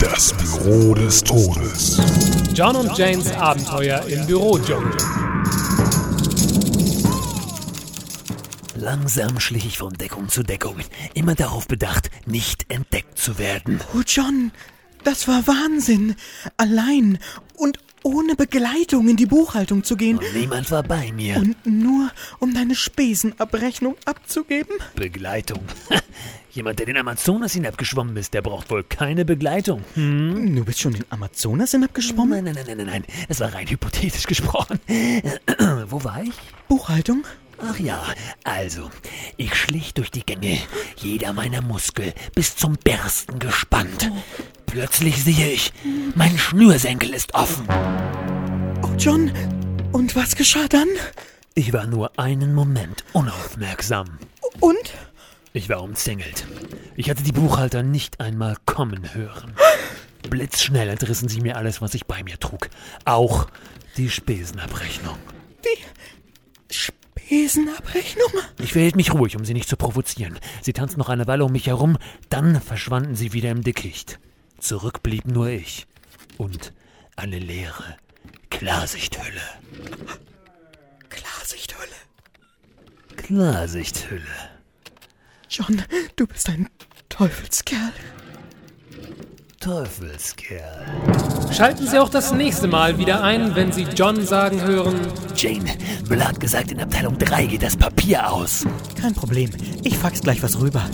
Das Büro des Todes. John und Janes Abenteuer im Büro, John. Langsam schlich ich von Deckung zu Deckung, immer darauf bedacht, nicht entdeckt zu werden. Oh, John, das war Wahnsinn. Allein und ohne Begleitung in die Buchhaltung zu gehen Niemand war bei mir. und nur um deine Spesenabrechnung abzugeben? Begleitung. Jemand, der den Amazonas hinabgeschwommen ist, der braucht wohl keine Begleitung. Hm. Du bist schon den Amazonas hinabgeschwommen? Nein, nein, nein, nein, nein, nein. Das war rein hypothetisch gesprochen. Wo war ich? Buchhaltung? Ach ja, also, ich schlich durch die Gänge, jeder meiner Muskel bis zum Bersten gespannt. Plötzlich sehe ich, mein Schnürsenkel ist offen. Oh, John, und was geschah dann? Ich war nur einen Moment unaufmerksam. Und? Ich war umzingelt. Ich hatte die Buchhalter nicht einmal kommen hören. Blitzschnell entrissen sie mir alles, was ich bei mir trug. Auch die Spesenabrechnung. Spesenabrechnung? Ich verhielt mich ruhig, um sie nicht zu provozieren. Sie tanzten noch eine Weile um mich herum, dann verschwanden sie wieder im Dickicht. Zurück blieb nur ich und eine leere Klarsichthülle. Klarsichthülle. Klarsichthülle. John, du bist ein Teufelskerl. Teufelskerl. Schalten Sie auch das nächste Mal wieder ein, wenn Sie John sagen hören. Jane, Müller hat gesagt, in Abteilung 3 geht das Papier aus. Kein Problem, ich fax gleich was rüber.